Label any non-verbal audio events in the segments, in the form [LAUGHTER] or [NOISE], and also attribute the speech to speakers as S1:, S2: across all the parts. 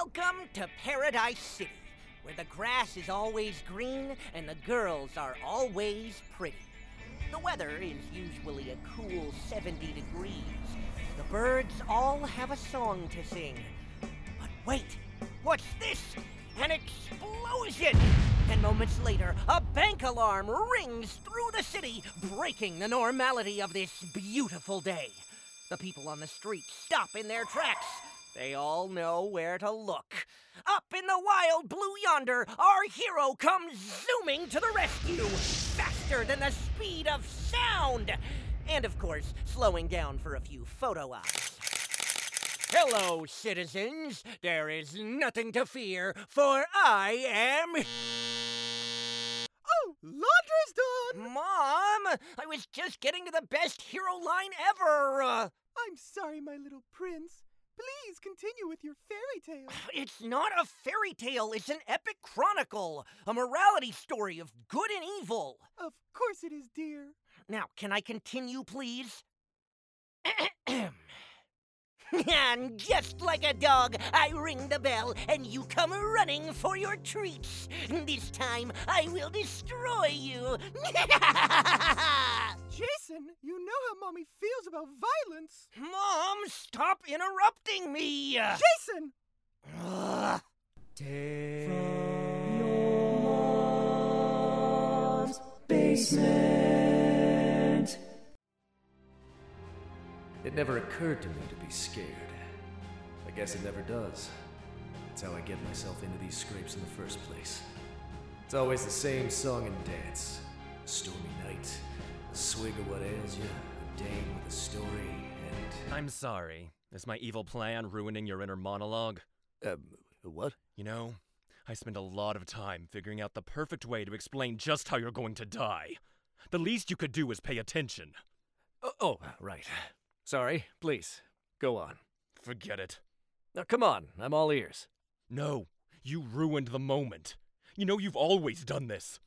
S1: Welcome to Paradise City, where the grass is always green and the girls are always pretty. The weather is usually a cool 70 degrees. The birds all have a song to sing. But wait, what's this? An explosion! And moments later, a bank alarm rings through the city, breaking the normality of this beautiful day. The people on the street stop in their tracks. They all know where to look. Up in the wild blue yonder, our hero comes zooming to the rescue, faster than the speed of sound. And of course, slowing down for a few photo ops. Hello, citizens. There is nothing to fear, for I am
S2: Oh, laundry's done!
S1: Mom, I was just getting to the best hero line ever. Uh,
S2: I'm sorry, my little prince. Please continue with your fairy tale.
S1: It's not a fairy tale, it's an epic chronicle, a morality story of good and evil.
S2: Of course it is, dear.
S1: Now, can I continue, please? [CLEARS THROAT] and just like a dog, I ring the bell and you come running for your treats. This time, I will destroy you. [LAUGHS]
S2: Jason, you know how mommy feels about violence.
S1: Mom, stop interrupting me.
S2: Jason!
S1: Ugh.
S3: It never occurred to me to be scared. I guess it never does. That's how I get myself into these scrapes in the first place. It's always the same song and dance. A stormy night, a swig of what ails you, a dame with a story, and.
S4: I'm sorry. Is my evil plan ruining your inner monologue?
S3: Um, what?
S4: You know, I spend a lot of time figuring out the perfect way to explain just how you're going to die. The least you could do is pay attention.
S3: Oh, oh right. Sorry, please. Go on.
S4: Forget it.
S3: Now, come on, I'm all ears.
S4: No, you ruined the moment. You know, you've always done this.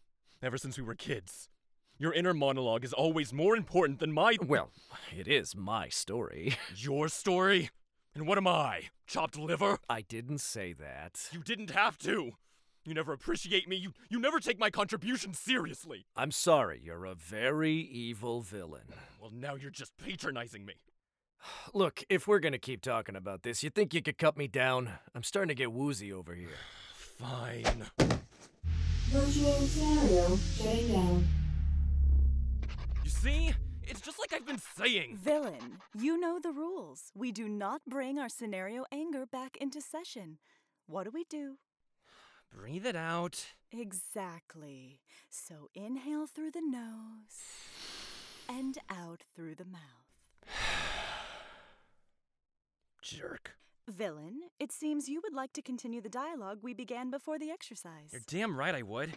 S4: Ever since we were kids. Your inner monologue is always more important than my.
S3: Well, it is my story. [LAUGHS]
S4: your story? And what am I? Chopped liver?
S3: I didn't say that.
S4: You didn't have to! You never appreciate me. You, you never take my contribution seriously.
S3: I'm sorry, you're a very evil villain.
S4: Well, now you're just patronizing me.
S3: Look, if we're gonna keep talking about this, you think you could cut me down? I'm starting to get woozy over here.
S4: Fine.
S5: Virtual scenario shutting down.
S4: You see? It's just like I've been saying.
S6: Villain, you know the rules. We do not bring our scenario anger back into session. What do we do?
S4: Breathe it out.
S6: Exactly. So inhale through the nose and out through the mouth.
S4: Jerk.
S6: Villain, it seems you would like to continue the dialogue we began before the exercise.
S4: You're damn right I would.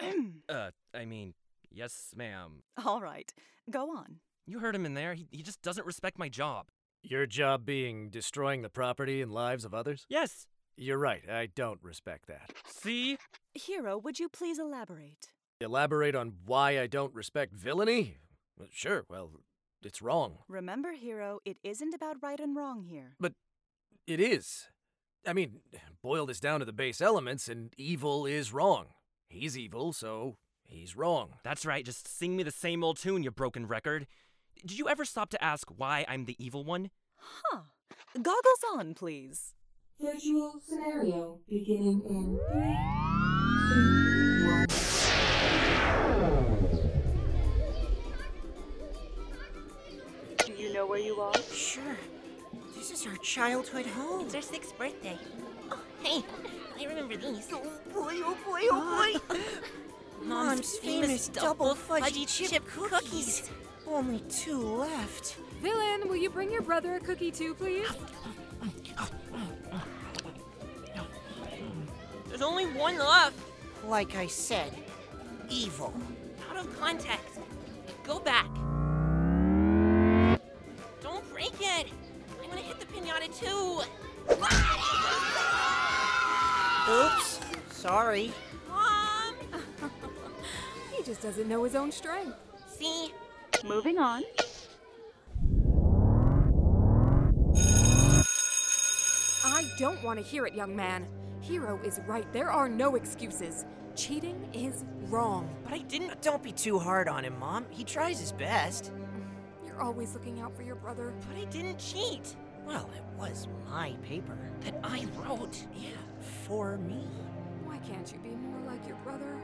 S6: [CLEARS THROAT]
S4: uh, I mean, yes, ma'am.
S6: All right, go on.
S4: You heard him in there. He, he just doesn't respect my job.
S3: Your job being destroying the property and lives of others?
S4: Yes.
S3: You're right, I don't respect that.
S4: See?
S6: Hero, would you please elaborate?
S3: Elaborate on why I don't respect villainy? Well, Sure, well, it's wrong.
S6: Remember, Hero, it isn't about right and wrong here.
S3: But it is. I mean, boil this down to the base elements, and evil is wrong. He's evil, so he's wrong.
S4: That's right. Just sing me the same old tune, you broken record. Did you ever stop to ask why I'm the evil one?
S6: Huh. Goggles on, please.
S5: Virtual scenario beginning in three, two, one.
S7: You know where you are?
S8: Sure. This is our childhood home.
S9: It's our sixth birthday. Oh, hey, I remember these. Oh,
S1: Boy, oh boy, oh boy.
S8: Mom's famous double fudgy chip, cookies. Only two left.
S10: Villain, will you bring your brother a cookie too, please?
S7: There's only one left.
S8: Like I said, evil.
S7: Out of context. Go back. Don't break it. I'm gonna hit the pinata too.
S8: Oops. Sorry.
S7: Mom!
S10: [LAUGHS] He just doesn't know his own strength.
S7: See?
S9: Moving on.
S8: I
S2: don't want to hear it, young man. Hero is right. There are no excuses. Cheating is wrong.
S8: But I didn't. Don't be too hard on him, Mom. He tries his best.
S2: You're always looking out for your brother.
S4: But I didn't cheat.
S8: Well, it was my paper.
S4: That I wrote.
S8: Yeah, for me.
S2: Why can't you be more like your brother?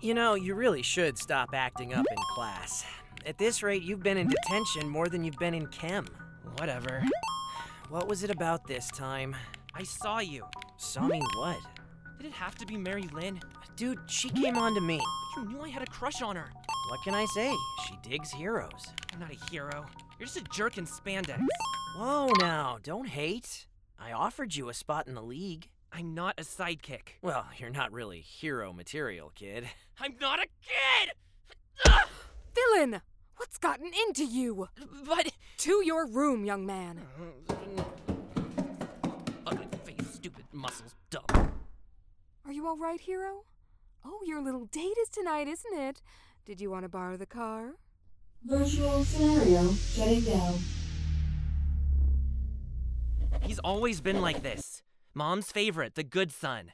S8: You know, you really should stop acting up in class. At this rate, you've been in detention more than you've been in chem. Whatever. What was it about this time?
S4: I saw you.
S8: Saw me what?
S4: Did it have to be Mary Lynn?
S8: Dude, she came on to me.
S4: You knew I had a crush on her.
S8: What can I say? She digs heroes.
S4: I'm not a hero. You're just a jerk in spandex.
S8: Whoa now, don't hate. I offered you a spot in the league.
S4: I'm not a sidekick.
S8: Well, you're not really hero material, kid.
S4: I'm not a kid! Ugh!
S2: Villain! What's gotten into you?
S4: But.
S2: To your room, young man.
S4: Ugly face, stupid muscles, dumb.
S2: Are you all right, hero? Oh, your little date is tonight, isn't it? Did you want to borrow the car?
S5: Virtual scenario shutting down.
S4: He's always been like this. Mom's favorite, the good son.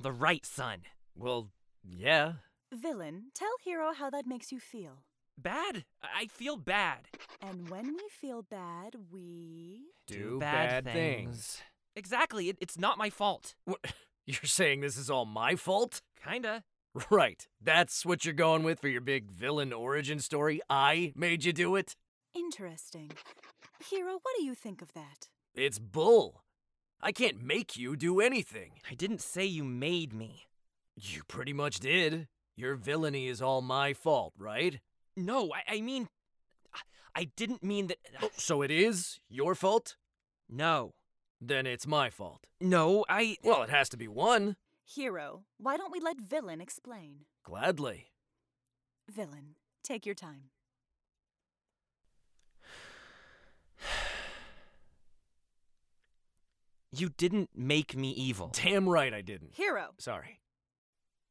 S4: The right son.
S3: Well, yeah.
S6: Villain, tell Hero how that makes you feel.
S4: Bad. I I feel bad.
S6: And when we feel bad, we.
S3: Do bad things.
S4: Exactly. It, it's not my fault.
S3: What? [LAUGHS] You're saying this is all my fault? [LAUGHS]
S4: Kinda.
S3: Right. That's what you're going with for your big villain origin story? I made you do it?
S6: Interesting. Hero, what do you think of that?
S3: It's bull. I can't make you do anything.
S4: I didn't say you made me.
S3: You pretty much did. Your villainy is all my fault, right?
S4: No, I, I mean, I- I didn't mean that.
S3: Oh, so it is your fault?
S4: No.
S3: Then it's my fault.
S4: No, I.
S3: Well, it has to be one.
S6: Hero, why don't we let Villain explain?
S3: Gladly.
S6: Villain, take your time.
S4: You didn't make me evil.
S3: Damn right I didn't.
S6: Hero!
S3: Sorry.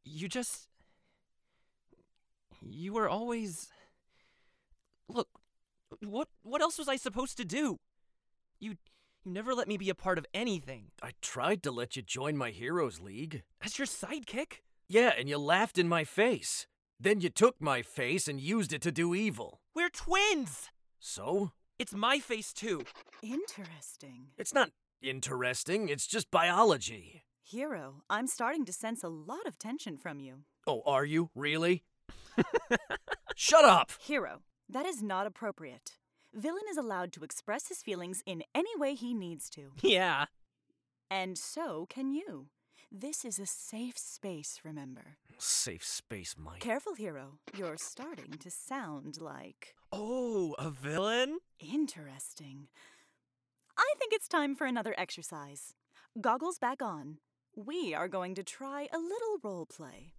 S4: You just. You were always. Look, what what else was I supposed to do? You you never let me be a part of anything.
S3: I tried to let you join my Heroes League.
S4: As your sidekick?
S3: Yeah, and you laughed in my face. Then you took my face and used it to do evil.
S4: We're twins!
S3: So?
S4: It's my face too. [LAUGHS]
S6: Interesting.
S3: It's not interesting, it's just biology.
S6: Hero, I'm starting to sense a lot of tension from you.
S3: Oh, are you? Really? Shut up!
S6: Hero, that is not appropriate. Villain is allowed to express his feelings in any way he needs to.
S4: Yeah.
S6: And so can you. This is a safe space, remember.
S3: Safe space, Mike.
S6: Careful, Hero. You're starting to sound like.
S4: Oh, a villain?
S6: Interesting. I think it's time for another exercise. Goggles back on. We are going to try a little role play.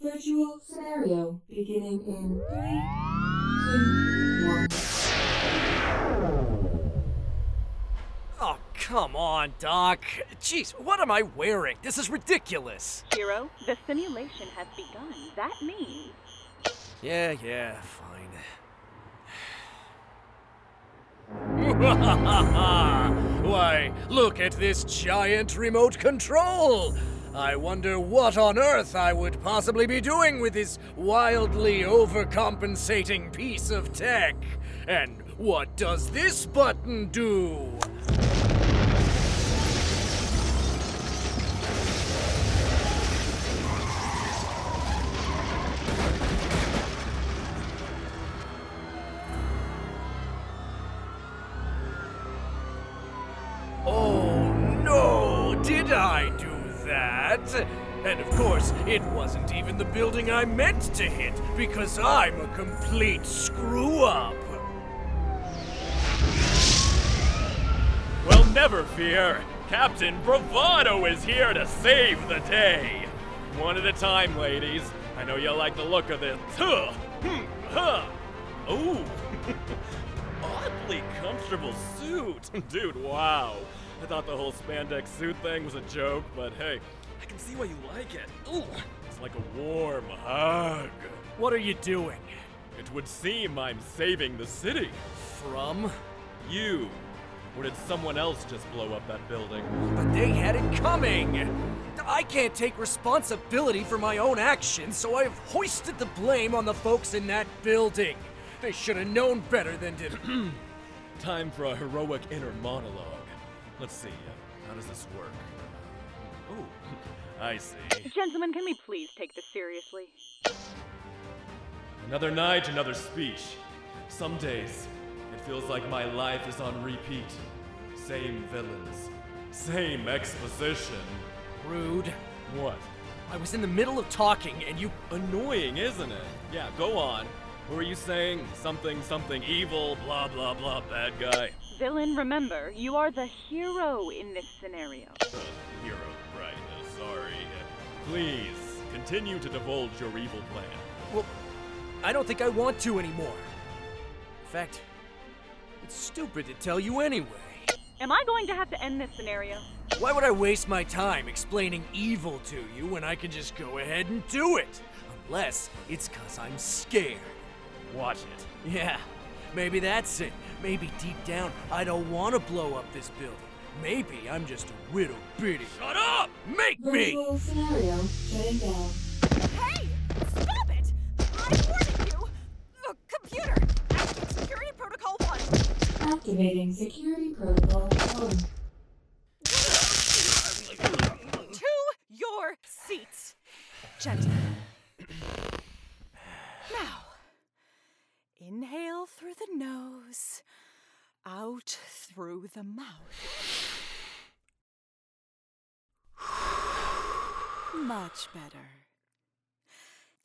S5: Virtual scenario beginning in three, two, one.
S3: Oh, come on, Doc. Jeez, what am I wearing? This is ridiculous.
S11: Hero, the simulation has begun. That means.
S3: Yeah, yeah, fine. [LAUGHS] Why, look at this giant remote control! I wonder what on earth I would possibly be doing with this wildly overcompensating piece of tech. And what does this button do? Oh no, did I do that? And of course, it wasn't even the building I meant to hit, because I'm a complete screw up.
S12: Well, never fear. Captain Bravado is here to save the day. One at a time, ladies. I know you like the look of this. Huh. Hmm. Huh. Ooh. [LAUGHS] Oddly comfortable suit. [LAUGHS] Dude, wow. I thought the whole spandex suit thing was a joke, but hey, I can see why you like it. Ooh. It's like a warm hug.
S3: What are you doing?
S12: It would seem I'm saving the city.
S3: From?
S12: You.
S13: Or did someone else just blow up that building?
S3: But they had it coming! I can't take responsibility for my own actions, so I have hoisted the blame on the folks in that building. They should have known better than to.
S13: Time for a heroic inner monologue. Let's see, uh, how does this work? Oh, [LAUGHS] I see.
S14: Gentlemen, can we please take this seriously?
S13: Another night, another speech. Some days, it feels like my life is on repeat. Same villains, same exposition.
S3: Rude.
S13: What?
S3: I was in the middle of talking and you.
S13: Annoying, isn't it? Yeah, go on. Who are you saying? Something, something evil, blah, blah, blah, bad guy.
S14: Villain, remember, you are the hero in this scenario.
S13: Uh, hero, right, uh, sorry. Uh, Please, continue to divulge your evil plan.
S3: Well, I don't think I want to anymore. In fact, it's stupid to tell you anyway.
S14: Am I going to have to end this scenario?
S3: Why would I waste my time explaining evil to you when I can just go ahead and do it? Unless it's because I'm scared.
S13: Watch it.
S3: Yeah, maybe that's it. Maybe deep down, I don't want to blow up this building. Maybe I'm just a little bitty.
S13: Shut up!
S3: Make
S5: [LAUGHS]
S3: me!
S5: Virtual scenario shutting down.
S15: Hey! Stop it! I warning you! Look, computer! Active security protocol 1!
S5: Activating security protocol 1.
S6: To your seats, gentlemen. Now, inhale through the nose, out through the mouth. Much better.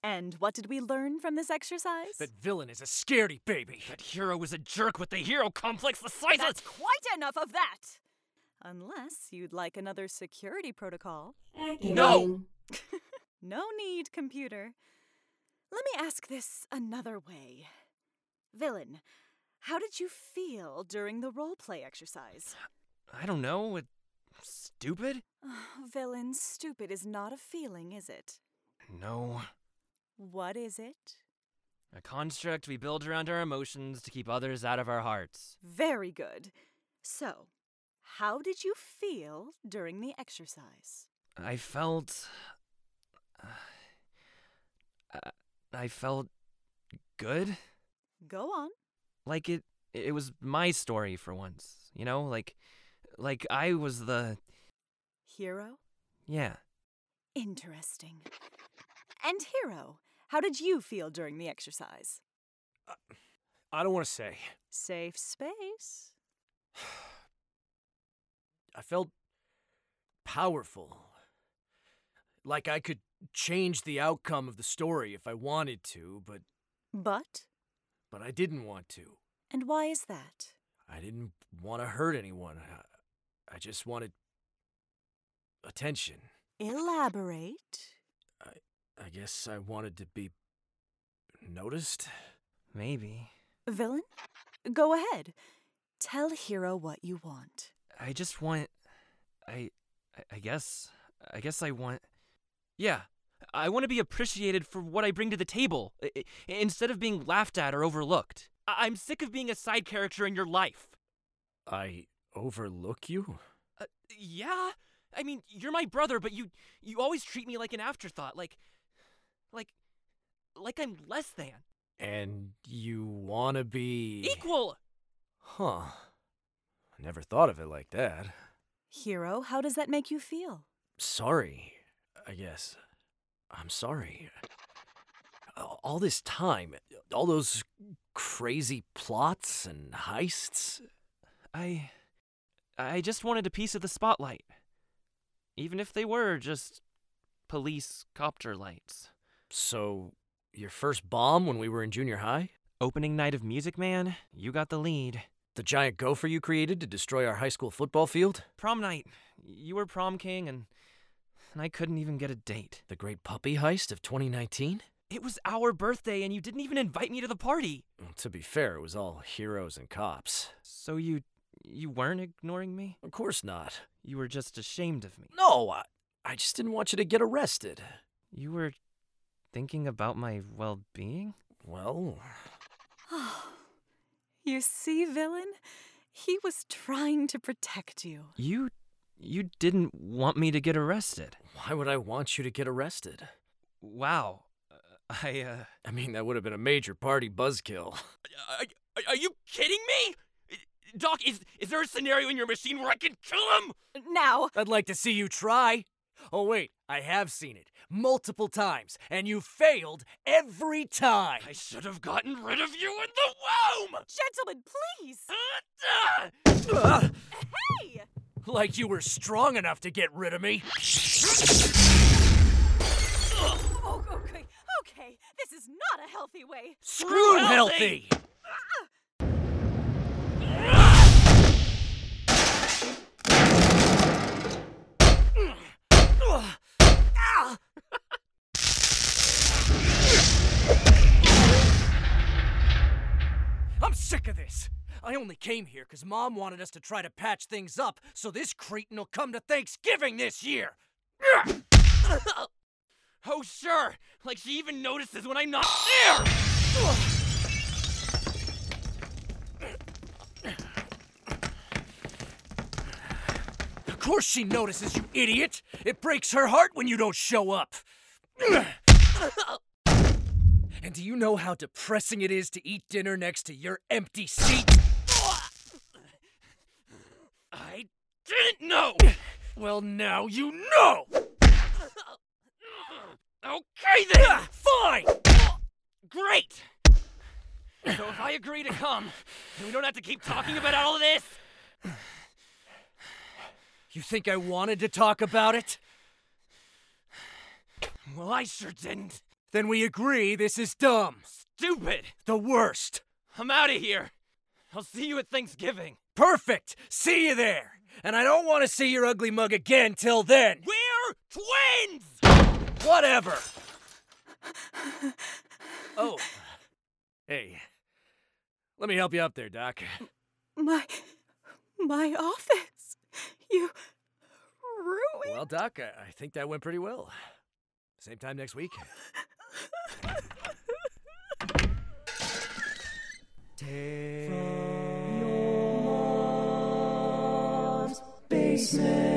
S6: And what did we learn from this exercise?
S3: That villain is a scaredy baby.
S4: That hero is a jerk with a hero complex the size
S6: That's
S4: of.
S6: quite enough of that! Unless you'd like another security protocol.
S4: No!
S6: No need, computer. Let me ask this another way. Villain, how did you feel during the role play exercise?
S4: I don't know. It, stupid?
S6: [SIGHS] Villain, stupid is not a feeling, is it?
S4: No.
S6: What is it?
S4: A construct we build around our emotions to keep others out of our hearts.
S6: Very good. So, how did you feel during the exercise?
S4: I felt. Uh, I felt good.
S6: Go on.
S4: Like it. It was my story for once. You know, like, like I was the.
S6: Hero?
S4: Yeah.
S6: Interesting. And Hero, how did you feel during the exercise?
S3: I don't want to say.
S6: Safe space.
S3: I felt powerful. Like I could change the outcome of the story if I wanted to, but
S6: But?
S3: but I didn't want to.
S6: And why is that?
S3: I didn't want to hurt anyone. I, I just wanted attention.
S6: Elaborate.
S3: I guess I wanted to be noticed.
S4: Maybe.
S6: Villain? Go ahead. Tell Hero what you want.
S4: I just want. I. I- I guess. I guess I want. Yeah. I want to be appreciated for what I bring to the table i- i- instead of being laughed at or overlooked. I- I'm sick of being a side character in your life.
S3: I overlook you?
S4: Uh, Yeah. I mean, you're my brother, but you you always treat me like an afterthought, like like like I'm less than.
S3: And you want to be.
S4: Equal.
S3: Huh. I never thought of it like that.
S6: Hero, how does that make you feel?
S3: Sorry, I guess. I'm sorry. All this time, all those crazy plots and heists.
S4: I I just wanted a piece of the spotlight. Even if they were just police copter lights.
S3: So, your first bomb when we were in junior high?
S4: Opening night of Music Man, you got the lead.
S3: The giant gopher you created to destroy our high school football field?
S4: Prom night, you were prom king and and I couldn't even get a date.
S3: The great puppy heist of 2019?
S4: It was our birthday and you didn't even invite me to the party.
S3: To be fair, it was all heroes and cops.
S4: So you you weren't ignoring me?
S3: Of course not.
S4: You were just ashamed of me.
S3: No, I, I just didn't want you to get arrested.
S4: You were thinking about my well-being?
S3: Well,
S6: you see, villain? He was trying to protect you.
S16: You. you didn't want me to get arrested.
S17: Why would I want you to get arrested?
S16: Wow. I, uh.
S17: I mean, that would have been a major party buzzkill.
S4: Are, are- are you kidding me? Doc, is, is there a scenario in your machine where I can kill him?
S6: Now.
S3: [LAUGHS] I'd like to see you try. Oh, wait, I have seen it multiple times, and you failed every time. I
S4: should have gotten rid of you in the womb!
S6: Gentlemen, please!
S4: [LAUGHS]
S3: Hey! Ah! Like you were strong enough to get rid of me.
S6: [GASPS] Oh, okay, okay. This is not a healthy way.
S3: Screw healthy! I'm sick of this. I only came here because Mom wanted us to try to patch things up so this cretin will come to Thanksgiving this year. [LAUGHS]
S4: Oh, sure. Like she even notices when I'm not there!
S3: Of course she notices, you idiot. It breaks her heart when you don't show up. And do you know how depressing it is to eat dinner next to your empty seat? I didn't know! Well, now you know!
S4: Okay then!
S3: fine!
S4: Great! So if I agree to come, then we don't have to keep talking about all of this?
S3: You think I wanted to talk about it?
S4: Well, I sure didn't.
S3: Then we agree this is dumb.
S4: Stupid!
S3: The worst.
S4: I'm out of here! I'll see you at Thanksgiving!
S3: Perfect! See you there! And I don't want to see your ugly mug again till then!
S4: We're twins!
S3: Whatever! Oh. Hey. Let me help you up there, Doc.
S6: My. my office. You. ruined.
S3: Well, Doc, I, I think that went pretty well. Same time next week.
S18: Basement.